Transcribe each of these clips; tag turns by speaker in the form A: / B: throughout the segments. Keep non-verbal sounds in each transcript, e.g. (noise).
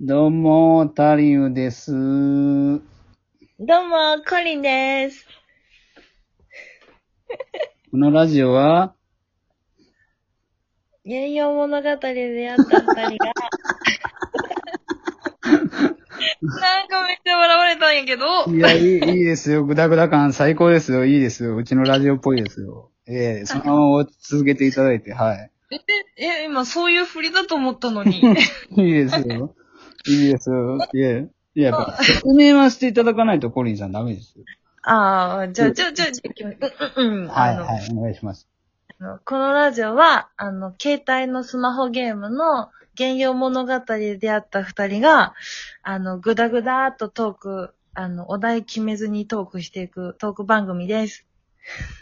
A: どうも、タリウです。こ
B: どうも、コリンです。
A: のラジオは、
B: 原用物語で出会った二人が。なんかめっちゃ笑われたんやけど。
A: いや、いい、いいですよ。グダグダ感最高ですよ。いいですよ。うちのラジオっぽいですよ。ええそのまま続けていただいて、はい。
B: え、今そういう振りだと思ったの
A: い
B: に。
A: いですよ。いいですよ。いや、いや、やっぱ、説明はしていただかないとコリンさんダメですよ。
B: ああ、じゃあ、じゃあ、じゃあ、じゃあ、うん、うん、うん。
A: はい、
B: あの
A: はい、お願いします。
B: あのこのラジオは、あの、携帯のスマホゲームの原用物語で出会った二人が、あの、ぐだぐだーっとトーク、あの、お題決めずにトークしていくトーク番組です。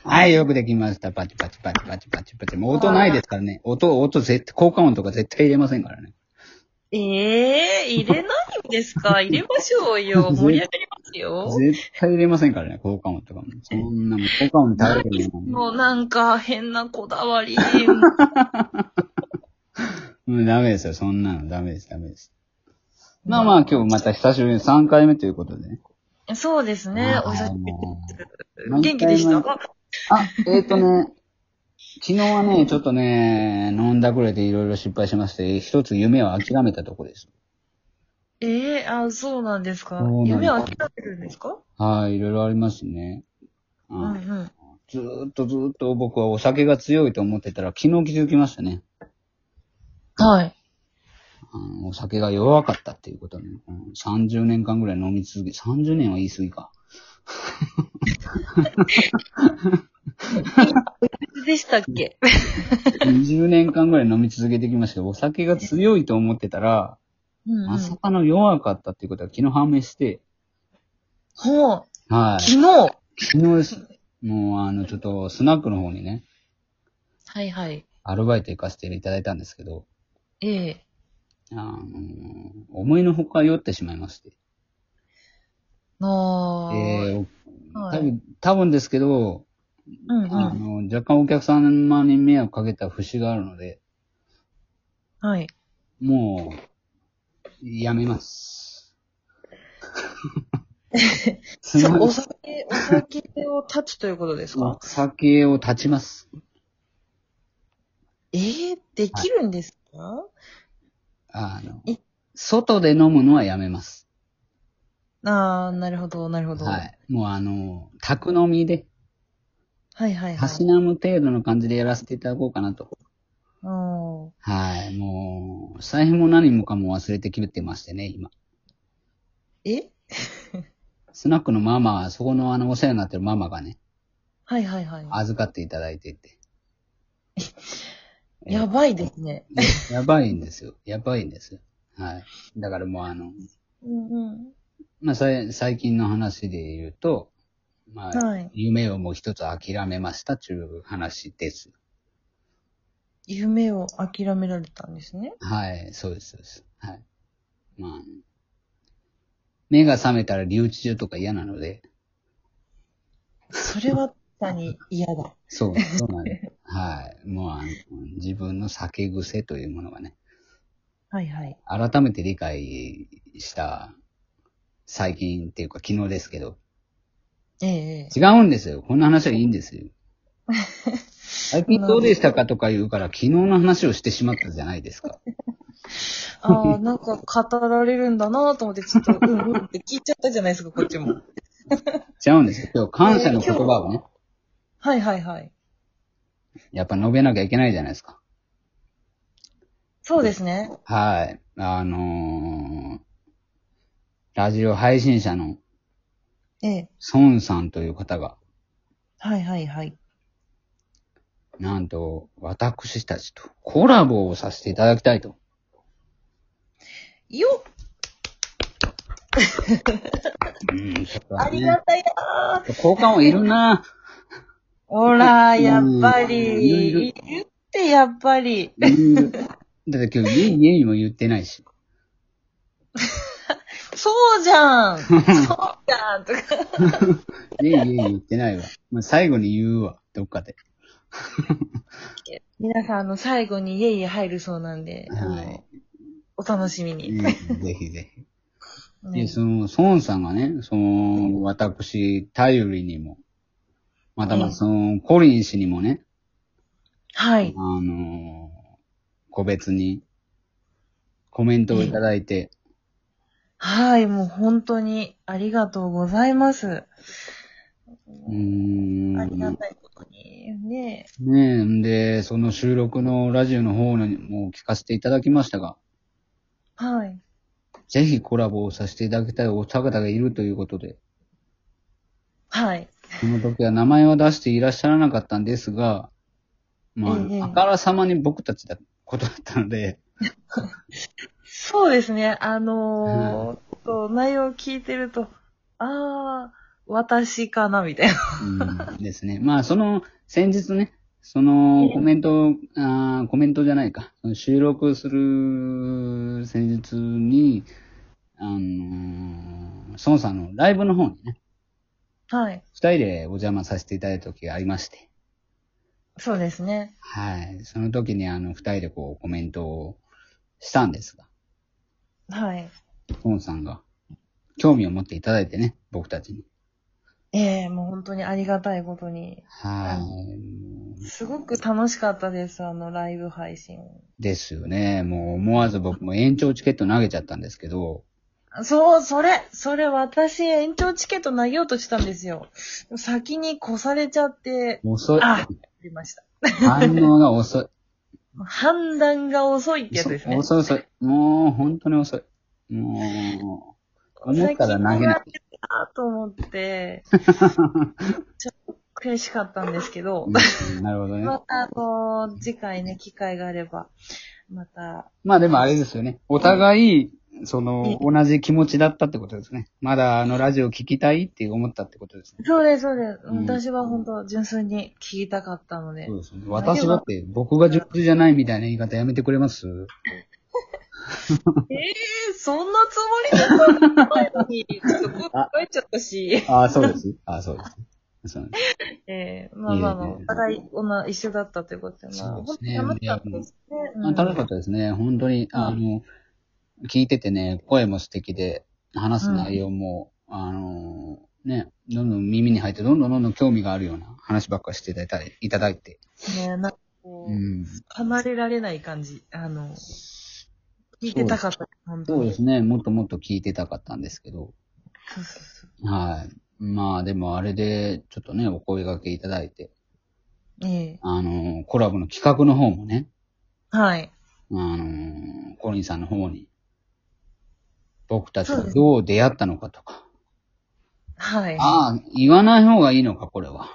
A: はい、よくできました。パチパチパチパチパチパチ。もう音ないですからね。音、音絶対、効果音とか絶対入れませんからね。
B: ええ入れないんで
A: (laughs)
B: すか入れましょうよ。盛り上がりますよ。
A: 絶対入れませんからね、効果音とかも。そんなもん、効果音に頼るけどね。
B: もうなんか変なこだ
A: (laughs)
B: わり。
A: うん、ダメですよ。そんなのダメです、ダメです。まあまあ、今日また久しぶりに3回目ということでね。
B: そうですね。
A: あー
B: お久しぶりです。
A: 何回も
B: 元気でしたか
A: あ、えっ、とね、昨日はね、ちょっとね、飲んだくれていろいろ失敗しまして、一つ夢を諦めたとこです。
B: ええあ、そうなんですか
A: そうなん。です
B: 夢を諦めるんですか
A: はい、いろいろありますね。う、
B: うんうんん。
A: ずーっとずーっと僕はお酒が強いと思ってたら、昨日気づきましたね。
B: はい。
A: あのお酒が弱かったっていうことね、うん。30年間ぐらい飲み続け、30年は言い過ぎか。
B: でしたっけ
A: 20年間ぐらい飲み続けてきましたけど、お酒が強いと思ってたら、
B: うんう
A: まさ
B: ん。
A: かの弱かったっていうことは昨日判明して、
B: ほう、
A: はい。
B: 昨日。
A: 昨日です。もうあの、ちょっとスナックの方にね、
B: はいはい。
A: アルバイト行かせていただいたんですけど、
B: ええ
A: あの思いのほか酔ってしまいまして。
B: の
A: え
B: ー。
A: ー、
B: は
A: 多
B: い。
A: 分、多分ですけど、
B: うんう
A: あ
B: ん。
A: の、若干お客様に迷惑かけた節があるので、
B: はい。
A: もう、やめ
B: (laughs)
A: ます。すいま
B: そ
A: せん
B: う、お酒、お酒を断つということ
A: (laughs)
B: ですか
A: お酒を断ちます。
B: ええできるんですか、
A: あの
B: え、
A: 外で飲むのはやめます。
B: ああ、なるほど、なるほど。
A: は
B: はい、
A: い。もうあの、宅飲みで、
B: はい、はい。
A: たしなむ程度の感じでやらせていただこうかなと。
B: うん。
A: はい。もう、財布も何もかも忘れてきてましてね、今。
B: え
A: スナックのママは、そこのあの、お世話になってるママがね、
B: はい、はい、は
A: 預かっていただいていて。
B: い。やばいですね。
A: ややばいんですよ。やばいんですよ。はい。だからもうあの、
B: うんうん。
A: まあ、さい最近の話で言うと、まあ、
B: はい
A: 夢をもう一つ諦めましたという話です。
B: 夢を諦められたんですね。
A: はい、そうです、そうです。はい。まあ、目が覚めたら留置中とか嫌なので、
B: それは確かに嫌
A: (laughs)
B: だ。
A: そう、そうなんです。はい。もうあの、自分の酒癖というものがね、
B: はい、はい。
A: 改めて理解した、最近っていうか昨日ですけど、
B: ええ
A: 違うんですよ。こんな話はいいんですよ。最近どうでしたかとか言うから、昨日の話をしてしまったじゃないですか。 (laughs)
B: ああ、なんか語られるんだなと思って、ちょっと、うんうんって聞いちゃったじゃないですか、こっちも。
A: 違うんですよ。今日感謝の言葉をね、
B: はい、はい、はい。
A: やっぱ述べなきゃいけないじゃないですか。
B: そうですね。
A: はい。あのー、ラジオ配信者の
B: ええ
A: 孫さんという方が、
B: はい、はい、はい。
A: なんと、私たちとコラボをさせていただきたいと。
B: よっ
A: うん、ちょっと、ね、
B: ありがたいなー
A: 効果音いるな
B: ほら、
A: うん
B: やっぱ
A: いる
B: り。いるって、やっぱり。
A: うんだって今日、家に家にも言ってないし。
B: そうじゃ
A: (laughs)
B: んそうじゃんとか。
A: いえいえ言ってないわ。まあ、最後に言うわ、どっかで。
B: 皆さん、あの、最後にイエイエ入るそうなんで、あ
A: は
B: の
A: い。
B: お楽しみに。
A: ねぜひぜ
B: (laughs)
A: ひ。
B: ね
A: で、その、孫さんがね、その、私、頼りにも、またまたその、コリン氏にもね、
B: はい。
A: あのー個別に、コメントをいただいて、
B: はい、もう本当にありがとうございます。
A: うーん。
B: ありがたいことに。ね
A: ねえ、んで、その収録のラジオの方にも聞かせていただきましたが、
B: はい。
A: ぜひコラボをさせていただきたいお二方がいるということで、
B: はい。
A: その時は名前は出していらっしゃらなかったんですが、まあ、
B: ええ
A: あからさまに僕たちだことだったので、
B: そうですね。あのー、と内容を聞いてると、あー、私かな、みたいな。
A: うん、ですね。まあ、その、先日ね、そのコメントを、あーコメントじゃないか、その収録する先日に、あのー、孫さんのライブの方にね、
B: はい。
A: 二人でお邪魔させていただいた時がありまして。
B: そうですね。
A: はい。その時にあの、二人でこう、コメントをしたんですが、
B: はい。
A: トンさんが、興味を持っていただいてね、僕たちに。
B: ええもう本当にありがたいことに。
A: はい。
B: すごく楽しかったです、あのライブ配信。
A: ですよね。もう思わず僕も延長チケット投げちゃったんですけど、
B: そう、それ、それ私延長チケット投げようとしたんですよ。先に越されちゃって、
A: 遅い。
B: あ出ました。
A: 反応が遅い。
B: 判断が遅いってやつですね。
A: 遅い遅い。もう、本当に遅い。もう、思ったら投げない。
B: 先に越されたと思って、ちょっと悔しかったんですけど、
A: うんなるほどね。
B: また、あの次回ね、機会があれば、また、
A: まあでもあれですよね。お互い、その、同じ気持ちだったってことですね。まだあのラジオ聞きたいって思ったってことですね。
B: そうです、そうです。
A: うん
B: 私は本当純粋に聞きたかったので。
A: そうですね。私だって、僕が純粋じゃないみたいな言い方やめてくれます
B: ええそんなつもりだったのに、ちょっと声えちゃったし。
A: ああ、そうです。ああ、そうです。そうです
B: ええまあまあまあ、お互い同じ一緒だったということで、まあ、
A: そう
B: 本
A: です
B: 当に
A: ね
B: 楽しかったですね。
A: あ楽しか
B: っ
A: ったですね。本当に、あの、聞いててね、声も素敵で、話す内容も、あの、ね、どんどん耳に入って、どんどんどんどん興味があるような話ばっかりしていただいたいただいて。
B: た。ねなんかこう、
A: うん。
B: 離れられない感じ。あの、聞いてたかった。本当
A: そう
B: に。
A: ですね。もっともっと聞いてたかったんですけど。
B: そうそうそう。
A: はい。まあでもあれで、ちょっとね、お声掛けいただいて、
B: ええ
A: あの、コラボの企画の方もね、
B: はい。
A: あの、コリンさんの方に、僕たち
B: そう
A: が
B: です
A: どう出会ったのかとか。
B: はい。
A: ああ、言わない方がいいのか、これは。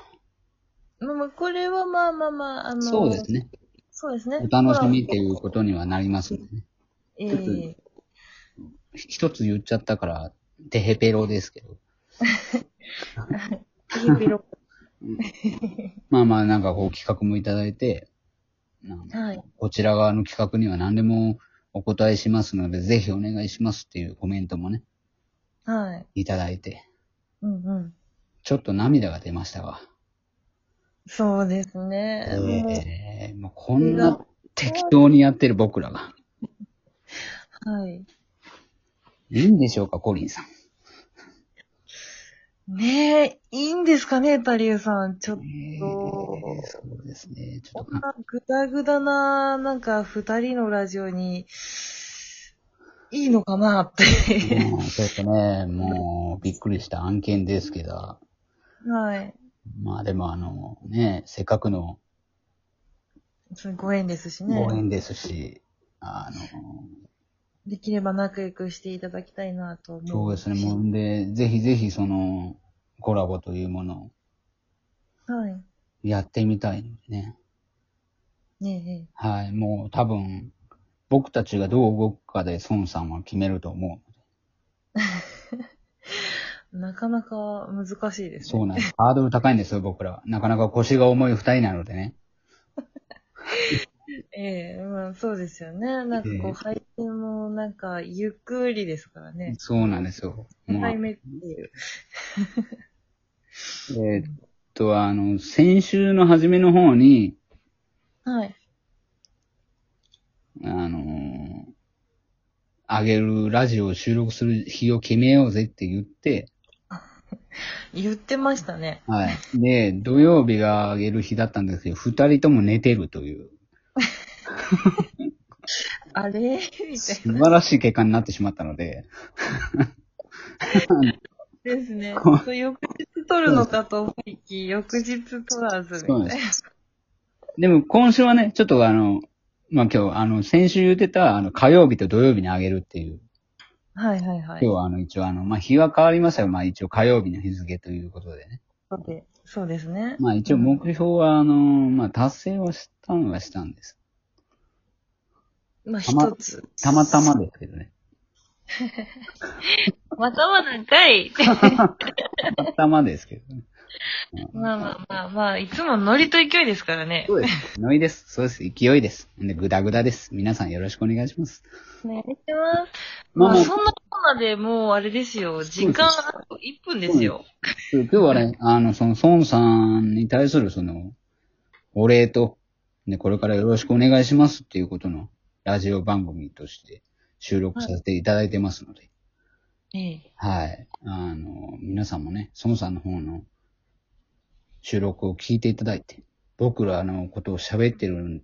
B: まあまあ、これはまあまあまあ、あの、
A: そうです。ね。
B: そうですね。
A: お楽しみっていうことにはなりますのでね。
B: ええ
A: ひ一つ言っちゃったから、てへぺろですけど。
B: ピロピロ。
A: まあまあ、なんかこう企画もいただいて、なんか
B: はい。
A: こちら側の企画には何でもお答えしますので、ぜひお願いしますっていうコメントもね、
B: はい。
A: いただいて、
B: うんうん。
A: ちょっと涙が出ましたが。
B: そうですね。もう
A: (laughs) えーもうこんな適当にやってる僕らが。
B: はい。
A: いいんでしょうか、コリンさん。
B: ねえ、いいんですかね、タリウさん。ちょっ
A: えー
B: と、
A: そうですね。ちょっ
B: こ
A: と
B: ん、なぐだぐだな、なんか、二人のラジオに、いいのかなって。
A: (laughs) もうちょっとね、もう、びっくりした案件ですけど、
B: はい。
A: まあでもあの、ね、せっかくの
B: それご縁ですしね
A: 応。援ですし、あの、
B: できれば仲良くしていただきたいなと思う。
A: そうですね。もうんで、ぜひぜひその、コラボというものを
B: はい。
A: やってみたいのでね。
B: ね
A: はい。もう多分、僕たちがどう動くかで孫さんは決めると思う。
B: えええ。なかなか難しいですね。
A: そうなんです。ハードル高いんですよ、僕らは。なかなか腰が重い二人なのでね。
B: ええまあそうですよね。なんか
A: え
B: こ
A: え
B: う、配信もなんか、ゆっくりですからね。
A: そうなんですよ。
B: 二
A: まあ
B: 回目っていう。
A: えーっと、あの、先週の初めの方に、
B: はい。
A: あのーあげるラジオを収録する日を決めようぜって言って、
B: 言ってましたね。
A: はい。で、土曜日があげる日だったんですけど、二人とも寝てるという、
B: あれみたい
A: 素晴らしい結果になってしまったので、
B: ですね
A: こ。
B: そう翌日撮るのかと思いき、翌日撮らず
A: そうなん
B: みたい
A: で
B: な。
A: でも今週はね、ちょっとあの、まあ、今日、あの、先週言ってた、あの、火曜日と土曜日にあげるっていう、
B: はいはいは
A: 今
B: い。
A: 日はあの、一応あの、まあ、日は変わりましたよ。まあ、一応火曜日の日付ということでね。
B: そうでそうですね。
A: まあ、一応目標は、あの、まあ、達成はしたんはしたんです。
B: まあ
A: たま
B: 一つ。
A: たまたまですけどね。
B: またまなんかい
A: たまたまですけどね。
B: (laughs) まあまあまあまあ、いつもノリと勢いですからね。
A: そうです。ノイです。そうです。勢いです。で、グダグダです。皆さんよろしくお願いします。
B: お願いします。
A: まあ
B: まあ、
A: まあ
B: そんなコーナーでもうあれですよ。時間あと1分ですよ。
A: 今日はね、あの、その、孫さんに対するその、お礼と、ね、これからよろしくお願いしますっていうことの、ラジオ番組として収録させていただいてますので、
B: ええ
A: はい。あの、皆さんもね、孫さんの方の収録を聞いていただいて、僕らのことを喋ってる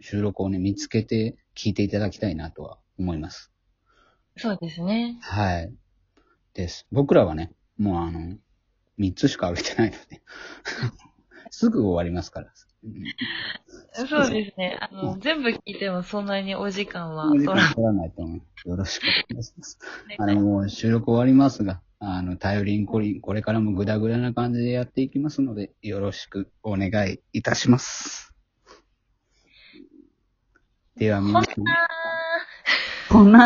A: 収録をね、見つけて聞いていただきたいなとは思います。
B: そうですね。
A: はい。です。僕らはね、もうあの、三つしか歩いてないの (laughs) で、すぐ終わりますから。
B: そうですね。あ
A: う
B: の、全部聞いてもそんなにお時間は
A: うん、
B: 取
A: 時間
B: らない。
A: 取らないと思います。よろしくお願いします。あ
B: あ
A: の、もう収録終わりますが、あの、頼りんこりん、これからもグダグダな感じでやっていきますので、よろしくお願いいたします。では皆さん、
B: ー
A: こんな